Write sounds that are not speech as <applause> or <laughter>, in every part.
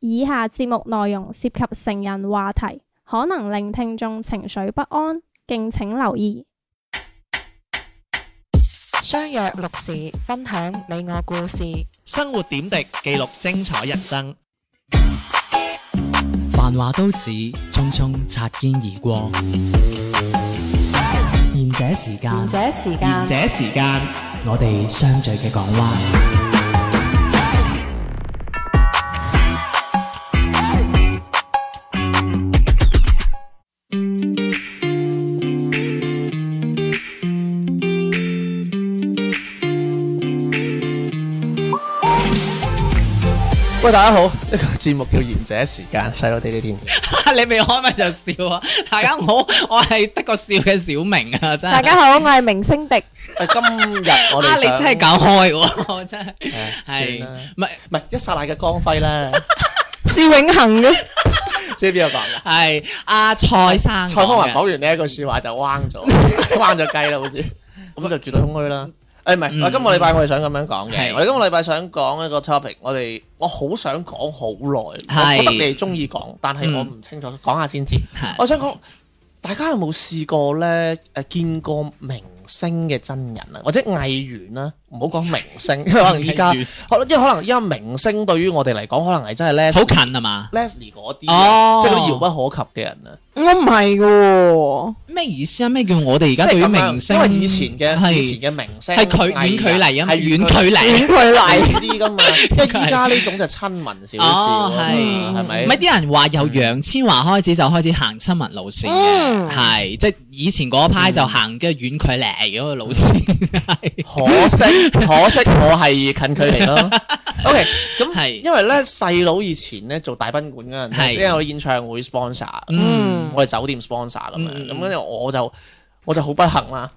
以下節目內容涉及成人話題，可能令聽眾情緒不安，敬請留意。相約六時，分享你我故事。生活點滴，記錄精彩人生。繁華都市，匆匆擦肩而過。賢者時間，賢者時間賢，者時間，我哋相聚嘅港灣。喂，大家好，呢個節目叫賢者時間，細佬哋嘅 <laughs> 電 <laughs> 台。你未開咪就笑啊！大家好，我係得個笑嘅小明啊，真大係。家好，我係明星迪，誒哎今日我啊，哋你真係搞開喎， <laughs> 我真係。係係算啦，唔係唔係一剎那嘅光輝 <laughs> 咧，是永恒嘅。知邊個講嘅？係阿蔡生蔡康講華嘅講完呢一句説話就彎咗， <laughs> 彎咗雞啦，好似咁就絕對空虛啦。誒唔嗯係，我今個禮拜我哋想咁樣講嘅，係我哋今個禮拜想講一個 topic，我哋我好想講好耐，係嗯我覺得你哋中意講，但係我唔清楚，講下先知。係我想講，大家有冇試過咧？誒，見過明星嘅真人啊，或者藝員啦，唔好講明星， <laughs> 因為可能依家，可能因為可能依家明星對於我哋嚟講，可能係真係 Les 好近係嘛？ Leslie 嗰哦啲啊，即係嗰啲遙不可及嘅人啊。我唔係嘅，咩意思啊？咩叫我哋而即家係對於咁樣明星？因為以前嘅以係前嘅明星係佢遠距離啊嘛，係遠距離。遠距離。呢啲噶 <laughs> 嘛，因為依家呢種就親民少少哦，啊係，嘛，係咪？唔係啲人話由楊千嬅開始就開始行親民路線嗯嘅，係即係以前嗰派就行嘅遠距離嗰個路線，係可 <laughs> 惜，可惜我係近距離咯。OK，咁係因為咧細佬以前咧做大賓館嗰陣係呢，即係我演唱會 sponsor，嗯我係酒店 sponsor 咁嗯嗯樣，咁跟住我就我就好不幸 <laughs> 啦。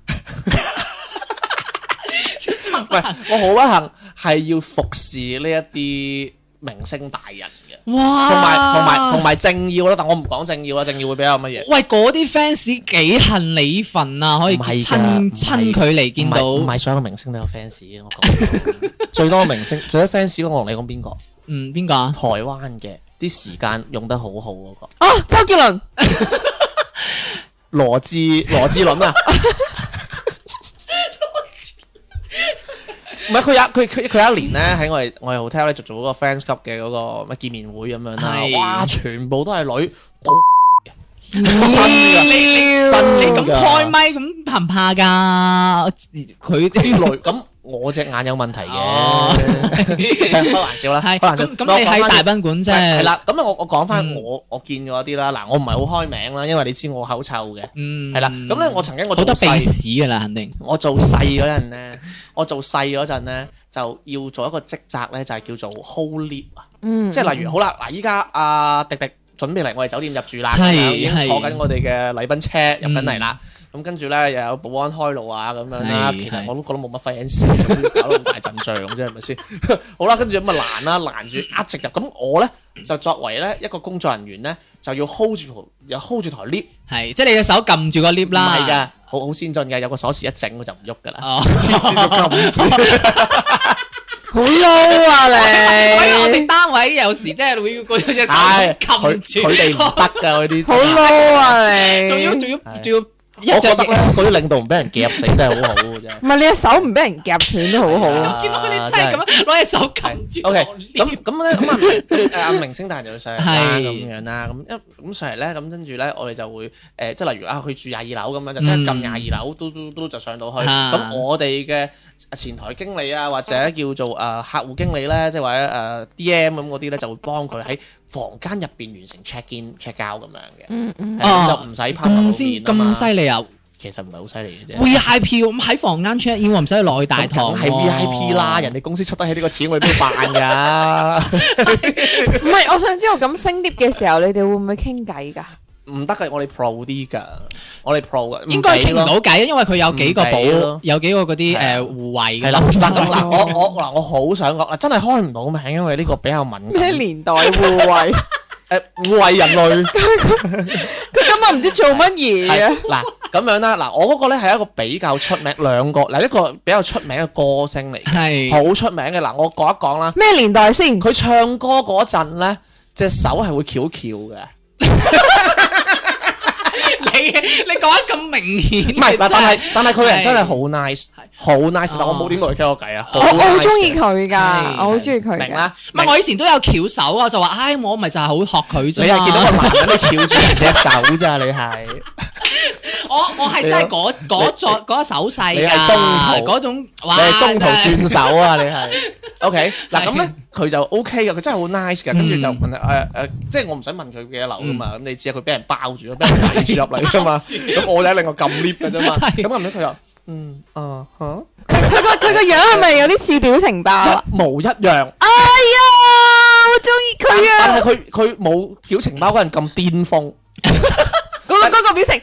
唔係，我好不幸係要服侍呢一啲明星大人嘅，哇，同埋同埋同埋政要啦，但我唔講政要啦，政要會比較乜嘢？喂嗰啲 fans 幾恨你份啊，可以唔係㗎親唔係親距離見到，唔係唔係所有明星都有 fans 嘅，<laughs> 我講最多明星最多 fans 我同你講邊個？嗯邊個啊？台灣嘅啲時間用得好好嗰個哦，周杰倫，羅志羅志倫啊，唔係佢有佢佢佢有一年咧喺我哋我哋 hotel 咧就做嗰個 fans club 嘅嗰個乜見面會咁樣啦，係哇全部都係女， <laughs> 真㗎真你㗎咁開咪咁怕唔怕㗎？ <laughs> 佢啲女咁我隻眼有問題哦嘅， <laughs> 開玩笑啦，係開玩笑。咁咁你我講喺返大賓館啫，係啦，咁我我講翻嗯我我見過一啲啦，嗱我唔係好開名啦，因為你知我口臭嘅，嗯，係啦，咁咧我曾經我好做多鼻細，屎㗎啦，肯定我做細嗰陣咧，我做細嗰陣咧就要做一個職責咧，就係叫做 hold lift 啊，嗯即係例如好啦，嗱依家阿迪迪準備嚟我哋酒店入住啦，係咁樣已經係坐緊我哋嘅禮賓車入緊嚟啦。咁跟住咧又有保安開路啊咁樣啦，係其實係我都覺得冇乜 fans，搞到咁大陣仗啫，係咪先？ <laughs> 好啦，跟住咁啊攔啦，攔住呃直入。咁我咧就作為咧一個工作人員咧，就要 hold 住台，又 hold 住台 lift，係即係你隻手撳住個 lift 唔啦，係㗎，好好先進㗎，有個鎖匙一整我就唔喐㗎啦。哦，黐線到咁 <laughs> 黐，好 low <laughs> 啊哎所以我你哋，單位有時即係會嗰隻手係撳佢住，佢哋 <laughs> 唔得㗎嗰啲好真係。 low 啊你，仲要仲要係仲要我一隻覺得咧嘢，，嗰啲領導唔俾人夾死真係好好嘅 <laughs> 啫。唔係你隻手唔俾人夾斷都好好啊。啊見到佢哋真係咁樣攞隻手撳住 O 我 K，呢咁咁 <laughs> 咧咁啊，誒阿明星大人就會上嚟啦係咁樣啦，咁一咁上嚟咧，咁跟住咧，我哋就會誒，即係例如啊，佢住廿二樓咁樣，就即係撳嗯廿二樓，嘟嘟嘟就上到去。啊咁我哋嘅前台經理啊，或者叫做誒客戶經理咧，即係或者誒 D M 咁嗰啲咧，就會幫佢喺房間入邊完成 check in check out 咁樣嘅，嗯嗯係哦咁就唔使拋咁先面啊嘛咁犀，利啊其實唔係好犀利嘅啫。 ！V I P 咁喺房間 check in，我唔使落去大堂咁喎，梗係 V I P 啦，人哋公司出得起呢個錢，我哋都要扮㗎。唔係，我想知道咁升 lift 嘅時候，你哋會唔會傾偈㗎？ <laughs> 唔得嘅，我哋 pro 啲㗎，我哋 pro 嘅，應該係傾唔唔到偈，因為佢有幾個唔俾保咯，有幾個嗰啲係啊誒護衞俾咯。係㗎啦，嘛。嗱咁嗱，我我嗱我好想講嗱，真係開唔到名，因為呢個比較敏感。咩年代護衞？誒護衞人類 <laughs> 佢今日唔知做乜嘢啊 <laughs> 係！嗱咁樣啦，嗱我嗰個咧係一個比較出名兩個嗱一個比較出名嘅歌星嚟，係好出名嘅嗱，我講一講啦。咩年代先？佢唱歌嗰陣咧，隻手係會翹翹嘅。 <laughs> 你你講得咁明顯，<laughs> 唔係，真但係但係佢個人係真係好 nice，好 nice，但我冇點同佢傾過偈啊。我我好中意佢，佢噶，我好中意佢明噶。啦。唔係我以前都有翹手啊，就話唉，我咪就係好學佢啫你係見到嘛個男人你翹住人隻手咋？你係我我係真係嗰嗰作嗰手勢你㗎，係中途嗰種你哇，係中途真係 <laughs> 轉手啊！你係 OK 嗱係咁咧，佢就 OK 嘅，佢真係好 nice 嘅。跟住就嗯問誒誒，即係我唔使問佢幾多樓噶嘛，咁你知啊，佢俾人包住咗，俾人圍住入嚟噶嘛。咁我哋喺另外撳 lift 嘅啫嘛。係咁後尾佢就嗯啊嚇。佢個佢個樣係咪有啲似表情包啊？一模一樣，哎呀，我中意佢啊！但係佢佢冇表情包嗰人咁巔峰，唔嗰個嗰個表情，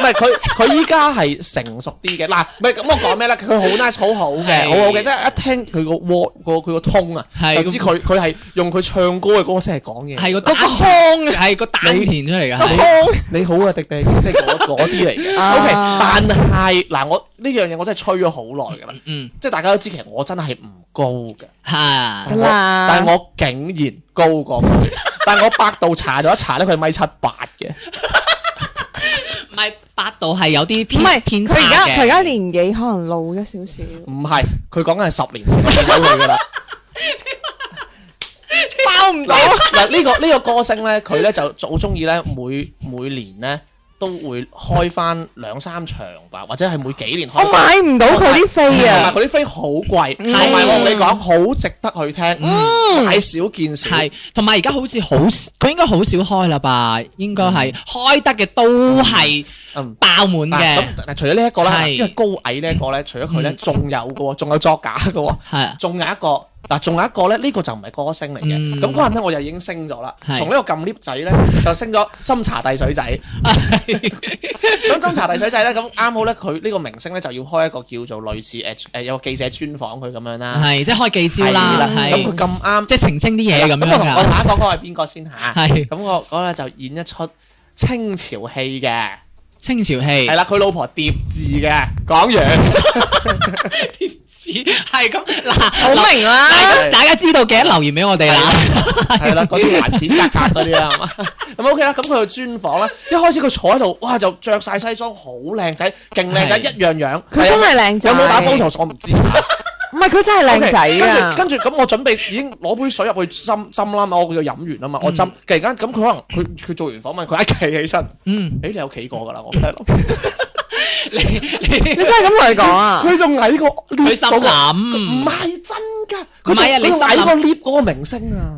係佢佢依家係成熟啲嘅。嗱，唔係咁我講咩咧？佢好 nice，好好嘅，係好好嘅，即係一聽佢個 wo 個佢個通啊，係就知佢佢係用佢唱歌嘅歌聲嚟講嘢。係個嗰個蛋腔啊，係個蛋填出嚟㗎個係。腔。你好啊，迪迪，即係 <laughs> 嗰嗰啲嚟嘅。啊 OK，但係嗱，我呢樣嘢我真係吹咗好耐㗎啦，嗯，即係大家都知，其實我真係唔高嘅。嚇，但係我啦但係我竟然高過佢，但係我百度查咗一查咧，佢係米七八嘅。唔係百度係有啲唔偏係，偏佢差而家嘅佢而家年紀可能老咗少少，唔係，佢講緊係十年前我見到佢噶啦。包唔到。嗱呢個呢個歌星咧，佢咧就好中意咧，每每年咧都會開翻兩三場吧，或者係每幾年開我 Oh 返。買唔到佢啲飛 <laughs> 但啊！係佢啲飛好貴，同嗯埋我同你講，好值得去聽，嗯買少見嗯少。係，同埋而家好似好，佢應該好少開啦吧？應該係開得嘅都係嗯爆滿嗱嘅，咁，嗱除咗呢一個啦，係因為高矮呢一個咧，除咗佢咧，嗯仲有嘅喎，仲有作假 <laughs> 嘅喎。係仲有一個嗱，仲有一個咧，呢、個就唔係歌星嚟嘅。嗯咁嗰陣咧，我就已經升咗啦，係從呢個撳 lift 仔咧就升咗斟茶遞水仔。咁斟茶遞水仔咧，咁啱好咧，佢呢個明星咧就要開一個叫做類似誒誒、有個記者專訪佢咁樣啦。係，即係開記招啦，係咁佢係咁啱，即係澄清啲嘢咁咁我樣同我㗎，打講嗰個係邊個先嚇？ <laughs> 係咁我嗰咧就演一出清朝戲嘅，清朝戲係。啦，佢老婆疊字嘅，講完。係咁嗱，好明啦大家大家知道嘅留言俾我哋啦。係啦，嗰啲還錢格格嗰啲啦，係嘛？ <laughs> 咁 OK 啦，咁佢去專訪啦，一開始佢坐喺度，哇就着晒西裝，好靚仔，勁靚仔，係一樣樣。佢真係靚仔，有冇打 photo 我唔知。唔係佢真係靚仔啊 OK，！跟住跟住咁，我準備已經攞杯水入去斟斟啦嘛，我佢就飲完啊啦嘛，我斟。突然間咁，佢可能佢佢做完訪問，佢一企起身，嗯，誒你有企過㗎啦，我喺度。你真係咁同佢講啊？佢仲矮過佢 lift 心嗰個，諗唔係真㗎，唔佢仲係啊你佢仲心諗矮過 lift 嗰個明星啊。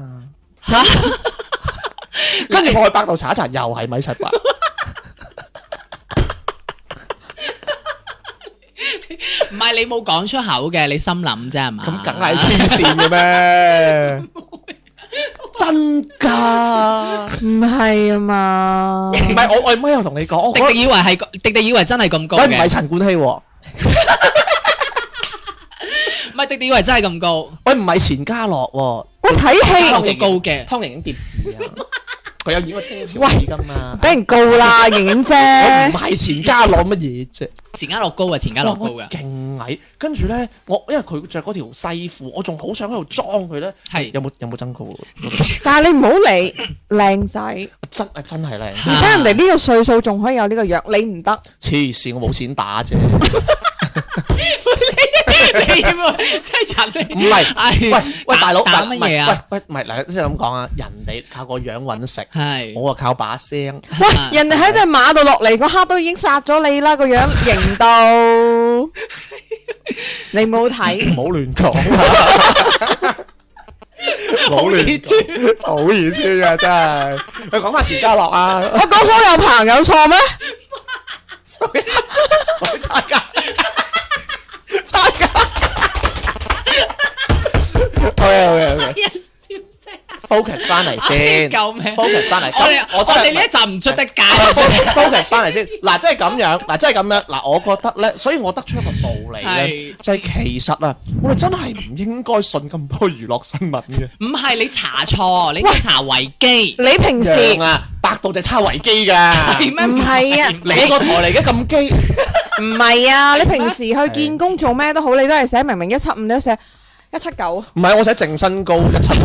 <laughs> 吓，跟住我去百度查一查，又係米七八。唔係你冇講出口嘅，你心諗啫係嘛？咁梗係黐線嘅咩？ <laughs> 真㗎， <laughs> 唔係啊嘛，唔係我我咪又同你講，我迪覺得迪以為係，迪迪以為真係咁高喂唔係嘅，陳冠希喎，唔係迪迪以為真係咁高，喂唔係錢嘉樂喎，我睇 <laughs> 高戲都高嘅。湯盈盈疊 <laughs> 字啊，佢有演過清朝戲㗎嘛？俾人告啦，盈盈 <laughs> 姐。我唔係錢嘉樂乜嘢啫，前家樂高啊，前家樂哇高我嘅，勁矮，跟住咧我因為佢着嗰條西褲，我仲好想喺度裝佢咧， <laughs> 係有冇有冇增高？啊但係你唔好理，靚仔，而真啊真係靚， <laughs> 且人哋呢個歲數仲可以有呢個樣，你唔得。黐線我冇錢打 <laughs> 啫，你喎即係人哋唔係。係喂喂，大佬，打大打乜嘢啊？？喂喂，唔係嗱，即係咁講啊，人哋靠個樣揾食，係我啊靠把聲。啊喂，人哋喺只馬度落嚟嗰刻都已經殺咗你啦，個樣型到，你冇睇哎 <laughs> 唔。好亂 <laughs> 講，唔好易亂穿講，好易穿啊！真係，你講翻錢嘉樂我啊，講蘇有朋有錯咩？我差價，差價。OK OK OK。focus 翻嚟哎先救命，focus 翻嚟。我哋咁我真係哋呢一集唔出得街，Ờ, focus 翻嚟先，嗱，即係咁樣，嗱，即係咁樣，嗱，我覺得咧，所以我得出一個道理咧係，就係其實啊，我哋真係唔應該信咁多娛樂新聞嘅。唔係你查錯，你應該查維基。你平時樣啊，百度就抄維基噶，係咩唔係啊，你個台嚟嘅咁基，唔係啊，你平時去見工做咩都好，你都係寫明明一七五，你都寫一七九。唔係我寫淨身高一七五，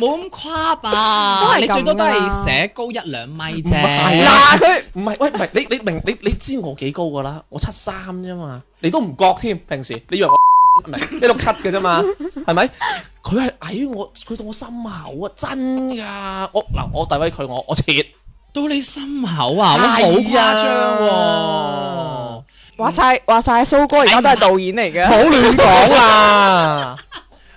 冇咁誇吧？都係咁你最多都啦係寫高一兩米啫。唔係啊嗱佢唔係，喂，唔係你你明你你知我幾高噶啦？我七三啫嘛，你都唔覺添。平時你以為我唔係一六七嘅啫嘛，係咪？佢係矮於我，佢到我心口啊！真噶，我嗱我遞位佢，我我切。到你心口啊！哇，好誇係張啊喎！話晒話晒蘇哥而家都係導演嚟唔嘅，好亂講啊啦！ <laughs>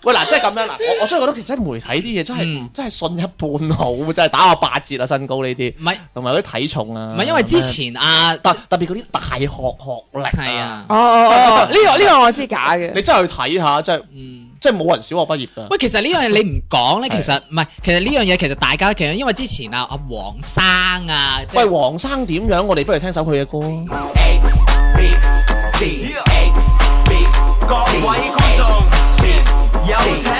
喂，嗱，即係咁樣嗱，我我真係覺得其實媒體啲嘢真係唔嗯真係信一半好，真係打個八折啊！身高呢啲，唔係同埋嗰啲體重啊，唔係，因為之前啊，特特別嗰啲大學學歷係啊哦哦哦，呢個呢個我知假嘅你。真係去睇下，真係嗯。真係冇人小學畢業㗎。喂，其實呢樣嘢你唔講咧，係其實唔係，其實呢樣嘢其實大家其實因為之前啊，阿黃生啊，即喂，係黃生點樣？我哋不如聽首佢嘅歌。各位觀眾，有請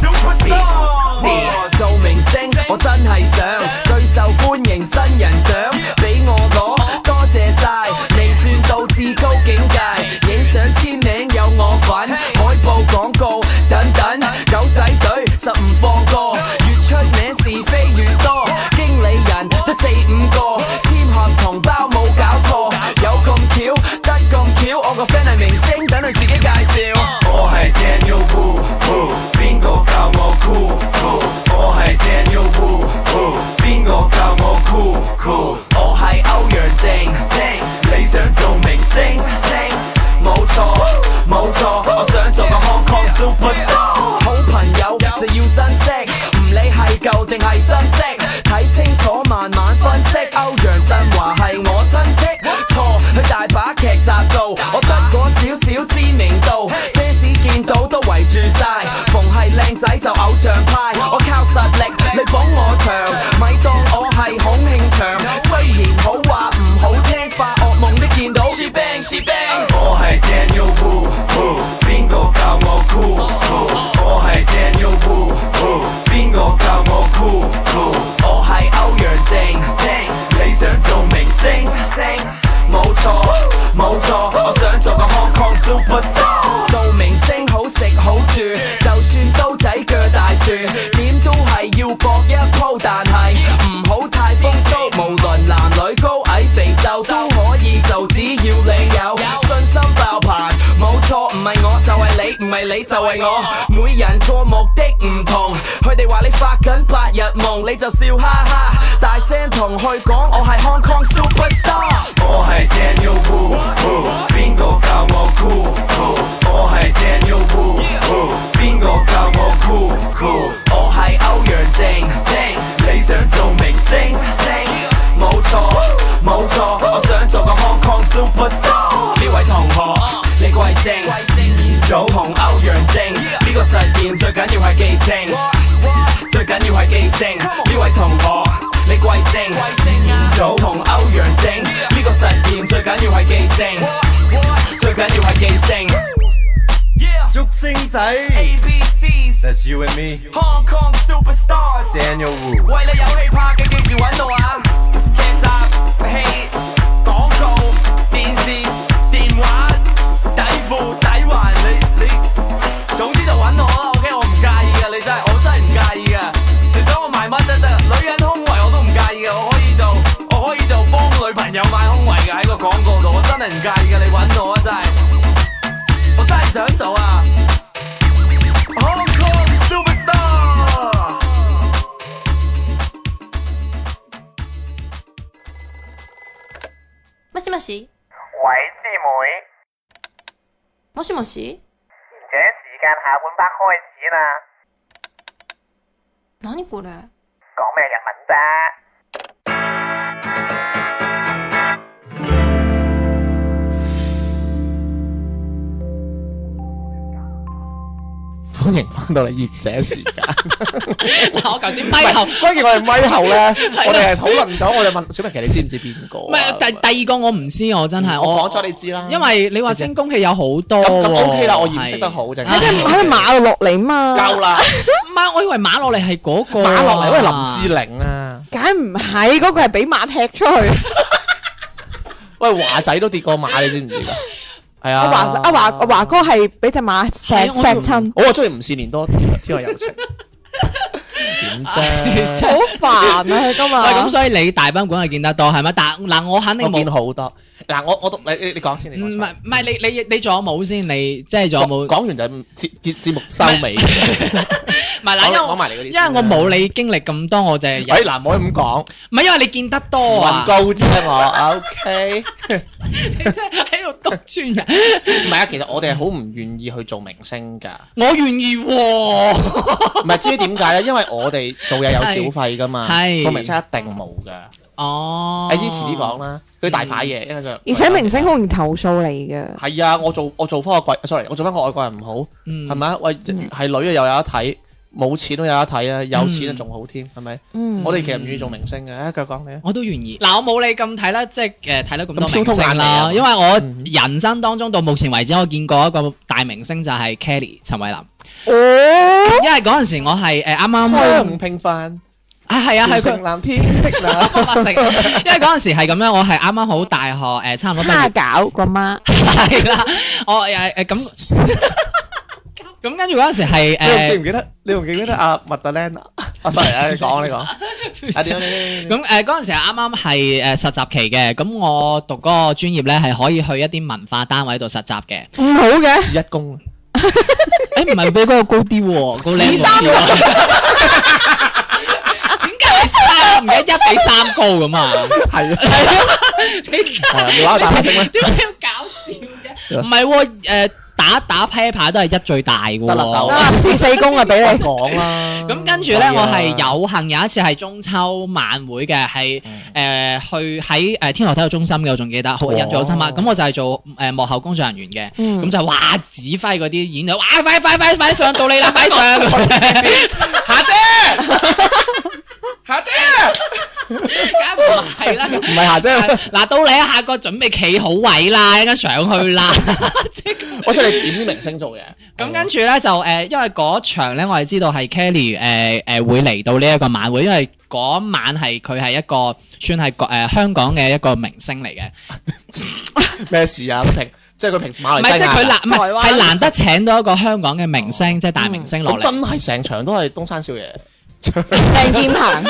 小潘哥做明星，我真係想最受歡迎新人獎俾我攞，多謝晒你算到至高境界，影相簽名有我份，海報廣告等等，狗仔隊實唔放過，越出名是非越多，經理人得四五個，簽合同包冇搞錯，有咁巧得咁巧，我個 friend 係明星，等佢自己介紹。我係 Daniel Wu Wu，邊個教我 cool cool？我係 Daniel Wu Wu，邊個教我 cool cool？我係歐陽靖靖，你想做明星星？冇錯冇錯，我想做個 Hong Kong superstar。好朋友就要珍惜，唔理係舊定係新識，睇清楚慢慢分析。歐陽振華係我親戚，錯佢大把劇集做，我得嗰少少知名度，fans 見到都圍住晒，逢係靚仔就偶像派，我靠實力你捧我場，咪當我係孔慶祥，雖然好話唔好聽，發惡夢都見到。She bang she bang，我係 Daniel Wu Wu，邊個教我 cool cool？我係 Daniel Wu Wu，邊個教我 cool cool？我係歐陽靖靖，你想做明星星？冇錯冇錯，我想做個 Hong Kong superstar，做明星好食好住，就算刀仔鋸大樹，點都係要搏一鋪，但係唔好太風騷，無論男女高矮肥瘦都可以做，只要你有信心爆棚，冇錯，唔係我就係你，唔係你就係我，每人個目的唔同，佢哋話你發緊白日夢，你就笑哈哈，大聲同佢講我係 Hong Kong superstar，我係 Daniel Wu Wu，邊個教我 cool cool？我係 Daniel Wu Wu，邊個教我 cool cool？我係歐陽靖靖，你想做明星星？冇錯，冇錯，我想做個 Hong Kong superstar。呢位同學，你貴姓？元祖同歐陽靖，呢個實驗最緊要係記性，最緊要係記性。呢位同學，你貴姓？元祖同歐陽靖，呢個實驗最緊要係記性，最緊要係記性。竹星仔 A B C ，That's you and me，Daniel Hong Kong superstars。 Wu。喂你有戲拍嘅記住揾我啊！劇集、戲、廣告、電視、電話、底褲、底環，你你總之就揾我啦，OK？我唔介意噶，你真係我真係唔介意噶。你想我賣乜都得，女人胸圍我都唔介意噶，我可以做，我可以做幫女朋友買胸圍嘅喺個廣告度，我真係唔介意噶，你揾我啊真係，我真係想做啊！Hong Kong Superstar。もしもし喂，師妹，もしもし賢者時間下半 part 開始啦，何これ講咩日文啫？歡迎翻到嚟熱者時 <laughs> 間。嗱，我頭先咪後。關鍵我哋咪後咧，我哋係啊討論咗，我哋問小明，其實你知唔知邊個啊？唔係第第二個我唔知，我真係我講咗你知啦。因為你話清宮戲有好多咁咁 OK 啦，我認認識得好淨係。喺只喺只馬度落嚟嘛，夠啦，唔係，我以為馬落嚟係嗰個馬落嚟嗰個係林志玲啊，梗唔係嗰個係俾馬踢出去。喂華仔都跌過馬，你知唔知㗎？係啊，阿華阿華阿華哥係俾只馬石係啊我石親，我啊中意吳善年多啲啊，天外有情。 <laughs> 點 <laughs> 啫？好煩啊！佢今日喂，咁所以你大賓館係見得多係咪？但嗱，我肯定我冇見。好多。嗱，我我讀你你你講先，你唔講係先。唔係，你你你仲有冇先？你即係仲有冇？講唔講完就節節節目收 <laughs> 尾。係嗱，因為講講埋你嗰啲因先為啦我冇你經歷咁多，我就係有喂，嗱，唔可以咁講，唔係因為你見得時多運 <laughs> 啊，高啫 <laughs> 我。OK，你真係喺度篤穿人。唔係啊，其實我哋係好唔願意去做明星㗎。我願意哦喎，唔係至於點解咧？因為我哋做嘢有小費㗎嘛，係做明星一定冇㗎。哦，誒，之前啲講啦，佢大牌嘢，因為佢而且明星好容易投訴你嘅，係啊，我做我做翻個鬼，sorry，我做翻個外國人唔好，嗯，係咪啊？喂，係女啊又有得睇，冇錢都有得睇啊，有錢啊仲好添，係咪？嗯，我哋其實唔願意做明星嘅，啊，繼續講你啊。我都願意。嗱，我冇你咁睇啦，即係誒睇到咁多咁挑明通眼星嚟啦，啊因為我嗯人生當中到目前為止，我見過一個大明星就係 Kelly 陳慧琳，哦，因為嗰陣時我係誒啱啱相平凡，啊係啊係變佢成。藍天的那。方法性，因為嗰陣時係咁樣，我係啱啱好大學誒、差唔多畢蝦業餃個媽，係啦，我誒 <laughs> 誒咁咁跟住嗰陣時係 <laughs> 你仲記唔誒記得？你仲記唔記得阿麥德蓮啊？啊，sorry À, 啊，你講你講。啊，點啊你？咁誒嗰陣時係啱啱係誒實習期嘅，咁我讀嗰個專業咧係可以去一啲文化單位度實習嘅。唔好嘅，試一公啊！ <laughs> 誒唔係比嗰個高啲喎，高靚三喎。點解係三唔係一比三高咁啊？係啊， <laughs> 你真係你玩大聲咩？ <laughs> 點解要搞笑嘅？唔係喎，誒打打啤牌都係一最大嘅得啦得喎啦。啊，四四公啊，俾你，講啦。咁跟住咧，我係有幸有一次係中秋晚會嘅，係誒、呃去喺誒天河體育中心嘅，我仲記得，好哇印象好深刻。咁我就係做誒、呃幕後工作人員嘅，咁、嗯就哇指揮嗰啲演員，哇快快快快上到你啦，快上！下姐，夏姐，梗唔係啦，唔唔係夏姐，嗱到你啊，下個準備企好位啦，一陣間上去啦， <laughs> 即係我出嚟點啲明星做嘢。咁跟住咧就誒、呃因為嗰場咧，我係知道係 Kelly 誒、呃、誒、呃、會嚟到呢一個晚會，因為嗰晚係佢係一個算係誒、呃香港嘅一個明星嚟嘅，咩事啊？佢平即係佢平時馬唔來係哦西即係亞佢難，唔台係灣係難得請到一個香港嘅明星，即係大明星落哦咁真嚟。係成場都係東山少爺。鄭劍 <laughs> 行，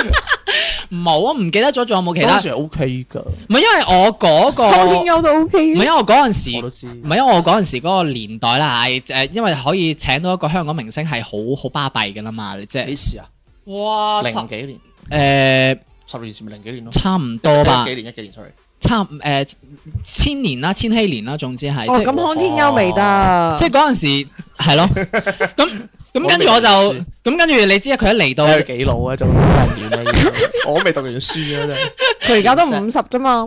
冇啊，唔記得咗仲有冇其他當？時 O K 㗎，唔係因為我嗰、個，康天唔庥都 OK 係因為我嗰陣時我。都知。唔係因為我嗰陣時嗰個年代啦，係誒，因為可以請到一個香港明星係好好巴閉㗎啦嘛，你即係幾時啊？哇零幾年，誒十二年前咪零幾年咯。差唔多吧一幾。年一幾年，sorry。差誒、呃千年啦，千禧年啦，總之係、哦，即咁係康天庥未得，即係嗰陣時係咯， <laughs> 咁咁跟住我就我未咁跟住你知啊佢一嚟到睇佢幾老啊，做運動員啊，已經我都未讀完書啊，真係佢而家都五十啫嘛，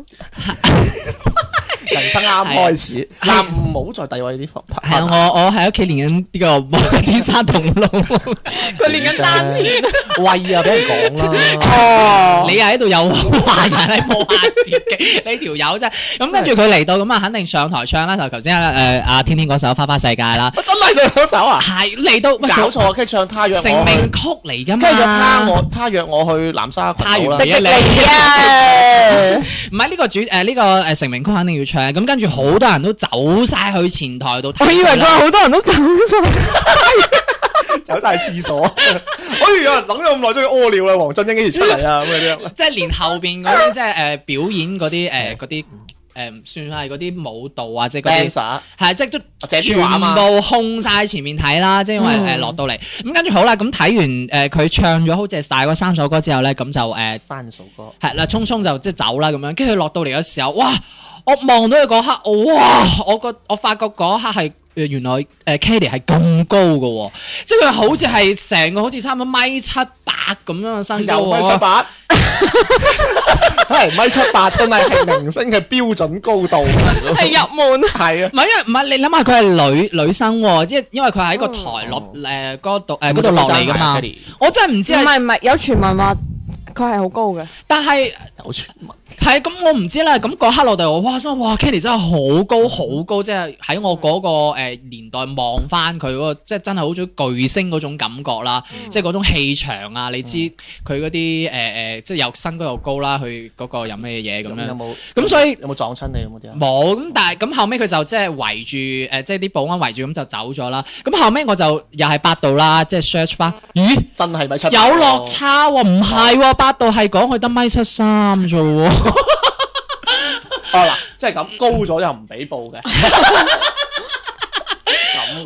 人生啱開始。係但唔好再低位啲方法。係啊我我喺屋企練緊呢個 <laughs> 天生同路，佢練緊丹田。喂啊，俾人講啦。 <laughs> 哦，你又喺度又話人，你冇話自己， <laughs> 你條友真係咁跟住佢嚟到咁啊，肯定上台唱啦，就頭先誒阿天天嗰首《花花世界》啦，我真係兩手啊！係嚟到喂搞錯，跟住唱他約我去成名曲嚟㗎嘛，跟住約他我，他約我去南沙群他完島啦。美啊你 <laughs> 啊，唔係呢個主誒呢、個誒成名曲肯定要唱，咁跟住好多人都走晒去前台度睇佢啦。我以為佢話好多人都走晒，走晒廁 <laughs> 所，好似有人等咗咁耐，終於屙尿啦！黃振英幾時出嚟啊？咁 <laughs> 嗰啲即係連後邊嗰 <laughs> 啲即係誒、表演嗰啲啊誒嗰啲誒算係嗰啲舞蹈啊，即係嗰啲 dancer，係即係都阿全謝天華啊嘛，部控晒前面睇啦，即係因為嗯誒落到嚟咁跟住好啦，咁睇完誒佢、唱咗好似係大嗰三首歌之後咧，咁就誒山數歌，係啦，匆匆就即係走啦咁樣，跟住落到嚟嘅時候，哇！我望到佢嗰刻，哇！我個我發覺嗰刻係呃原來誒 Kelly 係咁高嘅喎，即係佢好似係成個好似差唔多米七八咁樣嘅身高又米七喎。八，係米七八真係係明星嘅標準高度，係入門。係啊，唔係因為唔係你諗下佢係女女生喎，即係因為佢喺個台哦落誒嗰度呃誒嗰度落啊嚟㗎嘛。我真係唔知唔係，係唔係，有傳聞話佢係好高嘅，但係有傳聞，係咁，我唔知啦。咁嗰刻我哋我哇，心諗哇 k e n n y 真係好高好高，即係喺我嗰個誒年代望翻佢嗰個，即係真係好似巨星嗰種感覺啦，即係嗰種氣場啊！你知佢嗰啲誒誒，即係又身高又高啦，佢嗰個有咩嘢咁咁有樣。冇咁所以有冇撞親你咁嗰啲啊？冇咁，但係咁後尾佢就即係圍住誒、呃即係啲保安圍住咁就走咗啦。咁後尾我就又係百度啦，即係 search 翻，咦真係咪出有落？差喎、唔係喎，百度係講佢得米七三啫喎。哦嗱，即係咁高咗又唔 <laughs> 俾報嘅，咁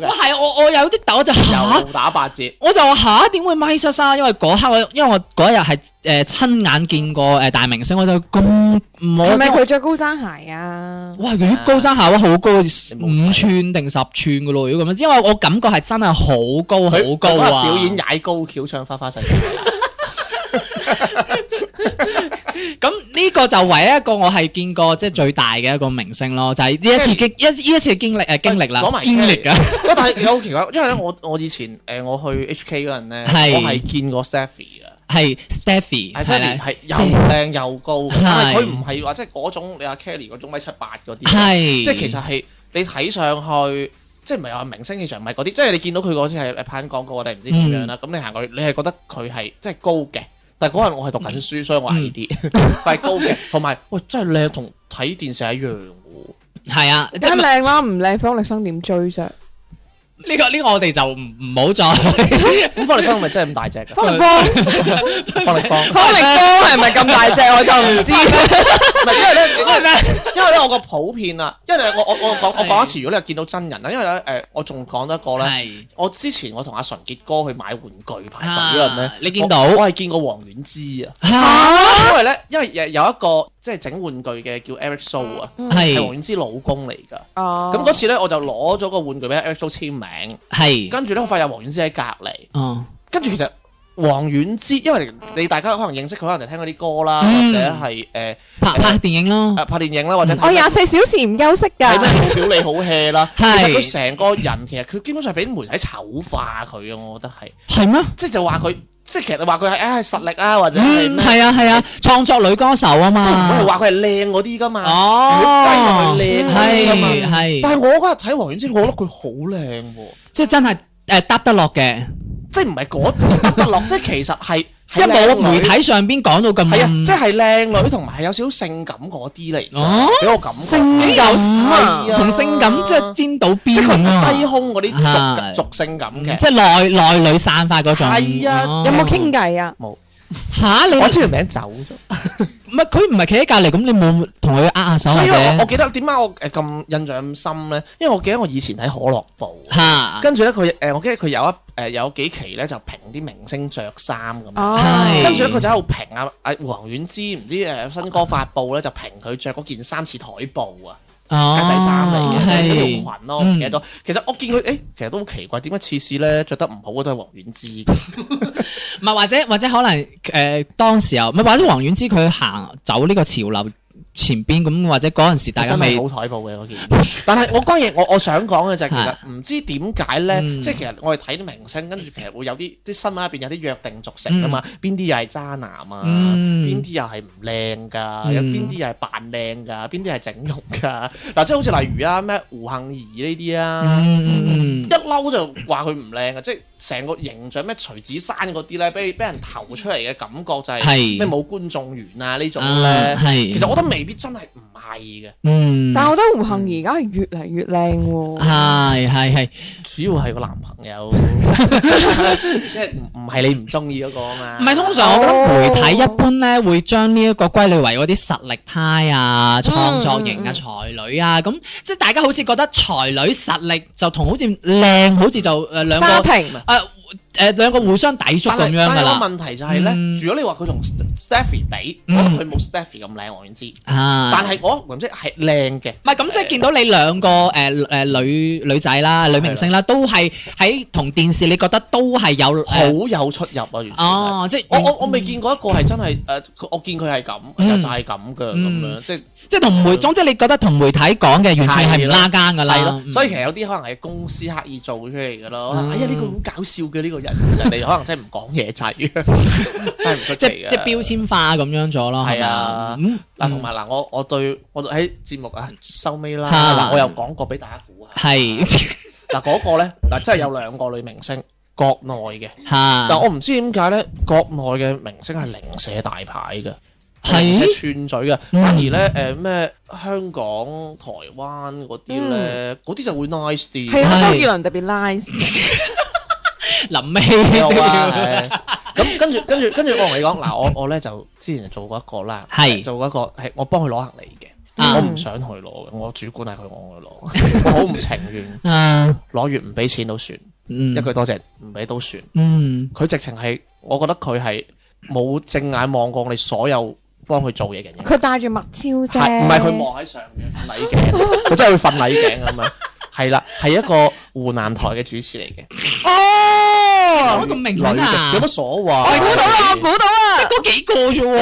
我嘅係我我有啲抖我就嚇又打八折。我就話吓點會咪七三？因為嗰刻我因為我嗰日係誒親眼見過誒大明星，我就咁唔我係咪佢着高踭鞋啊？哇！如果高踭鞋哇好高，五寸定十寸噶咯，如果咁樣，因為我感覺係真係好高好佢高佢嗰啊！日表演踩高蹺唱花花世界，咁呢個就唯一一個我係見過即係最大嘅一個明星咯，就係呢一次經一呢一次嘅經歷誒經歷啦講，埋經歷啊，不過但係有好奇怪，因為咧我我以前誒我去 HK 嗰陣咧，係我係見過 Safi 嘅。係 Stephy 係係 Sally 啦，係又靚又高嘅，但係係佢唔係話即係嗰種你阿 Kelly 嗰種米七八嗰啲，係即係其實係你睇上去。即係唔係話明星氣場唔係嗰啲，即係你見到佢嗰次係誒拍緊廣告，我哋唔知點樣啦。咁、你行過去，你係覺得佢係即係高嘅，但係嗰陣我係讀緊書，所以我矮啲，但係高嘅，同埋喂真係靚，同睇電視係一樣嘅係啊，即係梗靚啦，唔靚方力申點追啫？呢個呢個我哋就唔唔好再。喎。咁方力申係咪真係咁大隻㗎？方力方，方力申方力方 <laughs> 係咪咁大隻？我就唔知。唔係因為咧，因為因為咧，我個普遍啊，因為我我我講我講一次，如果你係見到真人啦，啊因為咧誒、我仲講得一個咧。係我之前我同阿純傑哥去買玩具排隊嗰陣咧啊，你見到我我係見過黃婉之啊，嚇因為咧，因為有有一個即係整玩具嘅叫 Eric So 啊，嗯係黃係婉之老公嚟㗎。哦咁嗰次咧，我就攞咗個玩具俾 Eric So 簽名，係跟住咧我發現黃婉之喺隔離，哦跟住其實黃婉之，因為你大家可能認識佢，可能就聽嗰啲歌啦，嗯或者係誒拍拍電影咯誒，拍電影啦，或嗯者睇哎我廿四小時唔休息睇咩㗎。好表你好 hea 啦。其啊係實佢成個人其實佢基本上係俾媒體醜化佢啊，我覺得係。係咩？即係就話佢，即係其實你話佢係唉實力啊，或者係嗯，咩，係啊係啊，創作女歌手啊嘛即係唔會係話佢係靚嗰啲噶嘛。Ờ. 哦，如果低落去靚嗰啲係㗎嘛。係，但係我嗰日睇黃婉之，我覺得佢好靚喎，即係真係誒搭得落嘅，即係唔係嗰得 <laughs> 得落，即係其實係即係冇媒係靚女體上邊講到咁係啊，即係靚女同埋係有少少性感嗰啲嚟哦㗎，俾我感覺性感 à. 啊同性感即係尖到邊即係佢唔咁係啊低，胸嗰啲係俗俗性感嘅即。係內內裏散發嗰種。係啊哦有冇傾偈啊？嚇你？我簽完名走咗，唔係佢唔係企喺隔離，咁你冇同佢握下手所或以者我我記得點解我誒咁印象咁深咧？因為我記得我以前睇可樂部。嚇跟住咧，佢呃誒，我記得佢有一誒有幾期咧，就評啲明星着衫咁哦樣。係跟住咧，佢就喺度評啊，阿黃婉之唔知誒新歌發布咧，就評佢着嗰件衫似台布啊，哦格仔衫嚟嘅，係嗯一條裙咯，我唔記得咗。其實我見佢誒，其實都好奇怪，點解次次咧着得唔好嘅都係黃婉之嘅？唔係或者或者可能誒、呃、當時候唔係或者黃婉之佢行走呢個潮流前邊咁，或者嗰陣時大家真未係好台布嘅嗰件。但係我關鍵我我想講嘅就係其實唔知點解咧，嗯即係其實我哋睇啲明星，跟住其實會有啲啲新聞入邊有啲約定俗成噶嘛，邊啲又係渣男啊，嗯邊啲又係唔靚噶，嗯有邊啲又係扮靚噶，邊啲係整容噶。嗱，即係好似例如啊咩胡杏兒呢啲啊。嗯嗯一嬲就話佢唔靚嘅，啊即係成個形象咩徐子珊嗰啲咧，俾俾人投出嚟嘅感覺就係係咩冇觀眾緣啊呢種啊咧。係其實我覺得未必真係唔係嘅。嗯但係我覺得胡杏兒而家係越嚟越靚喎。係係係主要係個男朋 <laughs> 友，因為唔唔係你唔中意嗰個啊嘛。唔係通常我覺得媒體一般咧會將呢一個歸類為嗰啲實力派啊、創作型啊、才女啊，咁即係大家好似覺得才女實力就同好似靚好似就誒兩個花誒瓶誒兩個互相抵觸但咁係樣但㗎係個啦，問題就係咧，嗯如果你話佢同 Stephy 比，我覺得佢冇 Stephy 咁靚，我已知。啊但係我唔知係靚嘅，唔係咁，即係見到你兩個誒誒女女仔啦、女明星啦，都係喺同電視，你覺得都係有好誒有出入啊！完全係。哦，即係我我我未見過一個係真係誒，佢我見佢係咁，嗯又就係咁嘅咁樣，即係即係同媒總之你覺得同媒體講嘅完全係唔拉更㗎啦，係咯。所以其實實有啲可能係公司刻意做出嚟嘅咯。嗯哎呀，呢個好搞笑嘅呢個人人，人哋可能真係唔講嘢仔， <laughs> 真係唔出即奇嘅。即標籤化咁樣咗咯，係係咪啊啊？嗯，嗱，同埋嗱，我我對我喺節目啊收尾啦，啊嗱我又講過俾大家估下，係 <laughs> 嗱嗰個咧嗱真係有兩個女明星，國內嘅，嚇，但我唔知點解咧，國內嘅明星係零舍大牌嘅。係零舍串嘴嘅，嗯反而咧誒咩香港、台灣嗰啲咧，嗰啲就會 nice 啲。係啊，係周杰倫特別 nice，臨尾有啊，係 <laughs> 咁跟住跟住跟住，我同你講嗱，我我咧就之前做過一個啦，係做過一個係我幫佢攞行李嘅，啊我唔想去攞嘅，我主管係佢我去攞， <laughs> 我好唔情願， <laughs> 啊，攞完唔俾錢都算，嗯一句多謝唔俾都算，嗯佢直情係，我覺得佢係冇正眼望過我哋所有幫佢做嘢嘅人。佢戴住墨超啫，係唔係佢望喺上面瞓禮頸， <laughs> 佢真係會瞓禮頸咁樣。係啦，係一個湖南台嘅主持嚟嘅，有一個名女人嘅啊有乜所謂？我估到啦，我估到啦，嗰幾個啫喎，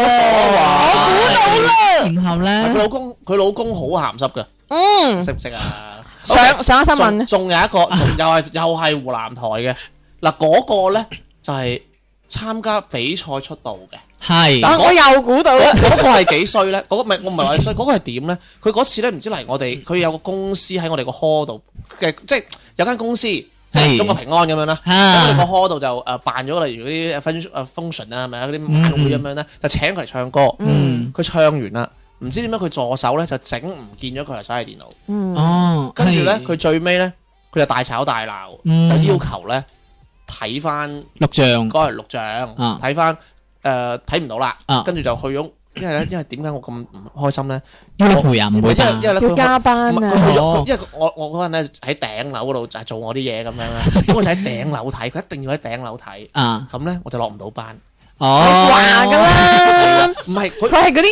我估到啦。然後係佢咧，老公，佢老公好鹹濕㗎，嗯，識唔識啊？上上一新聞，仲仲有一個，仲又 <laughs> 係又係湖南台嘅嗱，嗰個咧就係參加比賽出道嘅。係啊我又估到啦嗰，嗰個係幾衰咧？嗰個唔係我唔係話你衰，嗰個係點咧？佢嗰次咧唔知嚟我哋，佢有個公司喺我哋個 hall 度嘅，即係有間公司即係係中國平安咁樣啦。喺我哋個啊， hall 度就誒辦咗例如嗰啲 function 誒 function 啊，係咪啊嗰啲晚會咁樣咧，就請佢嚟唱歌。嗯，佢唱完啦，唔知點解佢助手咧就整唔見咗佢台手提電腦，嗯，哦，跟住咧係佢最尾咧佢就大吵大鬧，嗯就要求咧睇翻。錄像嗰日錄像，啊睇翻誒睇唔到啦啊，跟住就去咗，因為咧，因為點解我咁唔開心咧？要陪人唔會因為因為吧因？為咧要佢開。加唔班係啊，佢去哦咗，因為我我嗰陣咧喺頂樓嗰度就係做我啲嘢咁樣啦，咁我就喺頂樓睇，佢一定要喺頂樓睇，啊，咁咧我就落唔到班。哦，話噶啦，唔係佢佢係嗰啲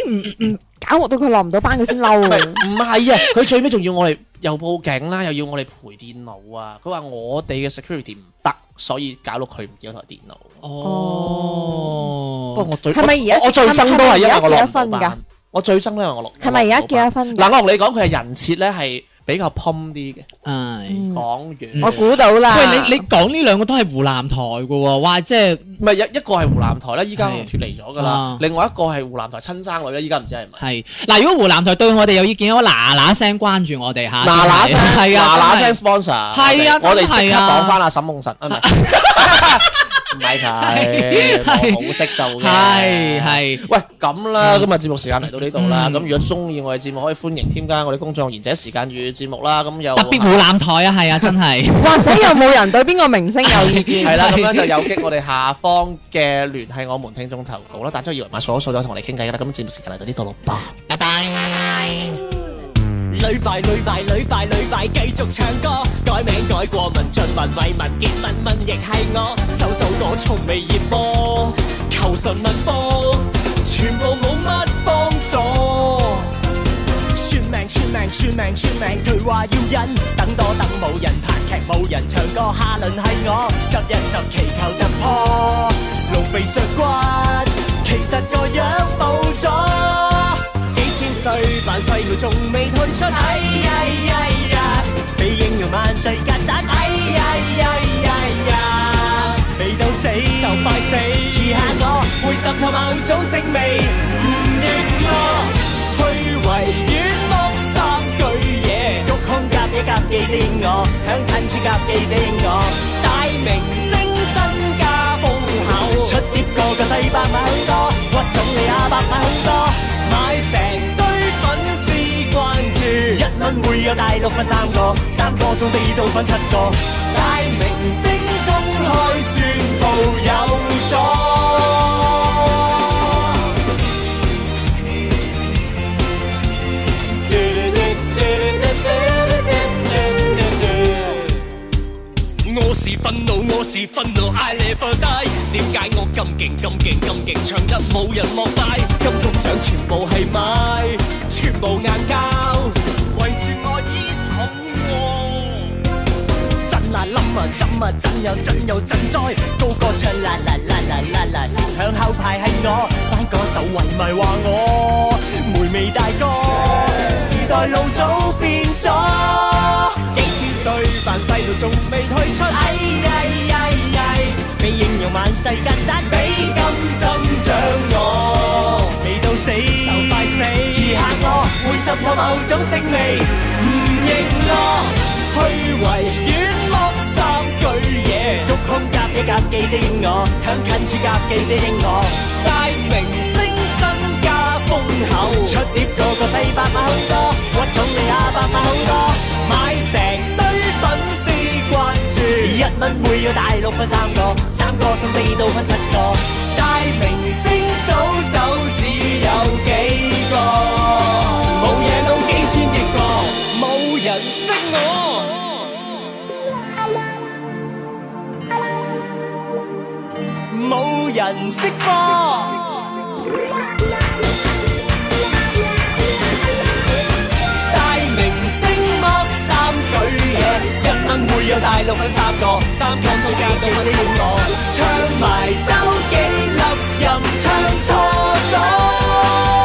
唔唔搞我到佢落唔到班佢先唔係嬲啊。唔係啊，佢最尾仲要我哋又報警啦，又要我哋賠電腦啊。佢話我哋嘅 security 唔得，所以搞到佢唔見咗台電腦。不過哦，我最哦係咪而家我我最憎都係因為我係咪而家落唔到結咗婚㗎班，我最憎都係我落。係咪而家結啊？咗婚？嗱，我同你講，佢係人設咧係比較พุ่啲嘅，係。嗯講我完。估到啦。喂，你你講呢兩個都係湖南台嘅喎，哇！即係唔係有一個係湖南台咧，依家可能係脱離咗㗎啊啦。另外一個係湖南台親生女咧，依家唔知係咪。係嗱，如果湖南台對我哋有意見，我嗱嗱聲關注我哋嚇，嗱嗱聲，係啊，嗱嗱真係聲 sponsor。係啊我哋我哋真係啊即刻講翻阿沈夢辰啊，唔 <laughs> 係唔係佢，係我好識做嘅。係係。喂，咁啦，今日節目時間嚟到呢度啦。嗯咁如果中意我哋節目，可以歡迎添加我哋公眾號賢者時間與節目啦。咁又特別湖南台啊，係啊，真係或者有冇人對邊個明星有意見？係啦，咁樣就有擊我哋下方嘅聯繫我們聽眾投稿啦。打咗二維碼掃一掃咗，同我哋傾偈㗎啦。咁節目時間嚟到呢度咯，拜。 lũi bại lũi bại lũi bại lũi bại, tiếp tục 唱歌, đổi名đổi qua Văn Tuấn Văn Huệ Văn Kiệt Văn Văn,亦係我,首首歌從未熱播，求神問卜，全部冇乜幫助。算命算命算命算命，佢話要忍，等多等冇人拍劇冇人唱歌，下輪係我，執一執祈求突破，龍鼻削骨，其實個樣冇咗，幾千歲萬歲佢仲未退出，哎呀呀呀，被英雄萬世曱甴，哎呀呀呀呀，未到死就快死，遲下我會滲透某種腥味，唔願我。去維園剝三句嘢，谷胸夾嘢夾記者應我，響噴珠夾記者應我，大明星身家豐厚，出碟個個細伯買好多，屈總理阿伯買好多，買成堆粉絲關注，一蚊會有大陸分三個，三個送地道分七個，大明星公開宣佈有咗。我是憤怒，我是憤怒，I never die。點解我咁勁咁勁咁勁，唱得冇人膜拜？金曲獎全部係咪？全部硬膠，圍住我熱捧我。震啊冧啊震啊震又震又震災，高歌唱啦啦啦啦啦啦，攝響後排係我，班歌手圍埋話我，梅味大哥，時代老早變咗，幾千歲扮細路仲未退出，哎呀呀呀，被世間讚美金針獎我，未到死就快死，遲下我會滲透某種勝味，唔認咯，虛偽軟剝三句嘢，谷胸夾嘅夾記者應我，向近處夾記者應我，大明星身家豐厚，出碟個個西伯馬好多，屈種你阿伯馬好多，買成堆粉絲。關注，一蚊每要大陸分三個，三個送地道分七個，大明星數手指有幾個，冇嘢都幾千億個，冇人識我，冇人識貨。大明星剝三句嘢，一蚊每有大六分三個，三個數教到分清我，唱埋周幾粒任唱錯咗。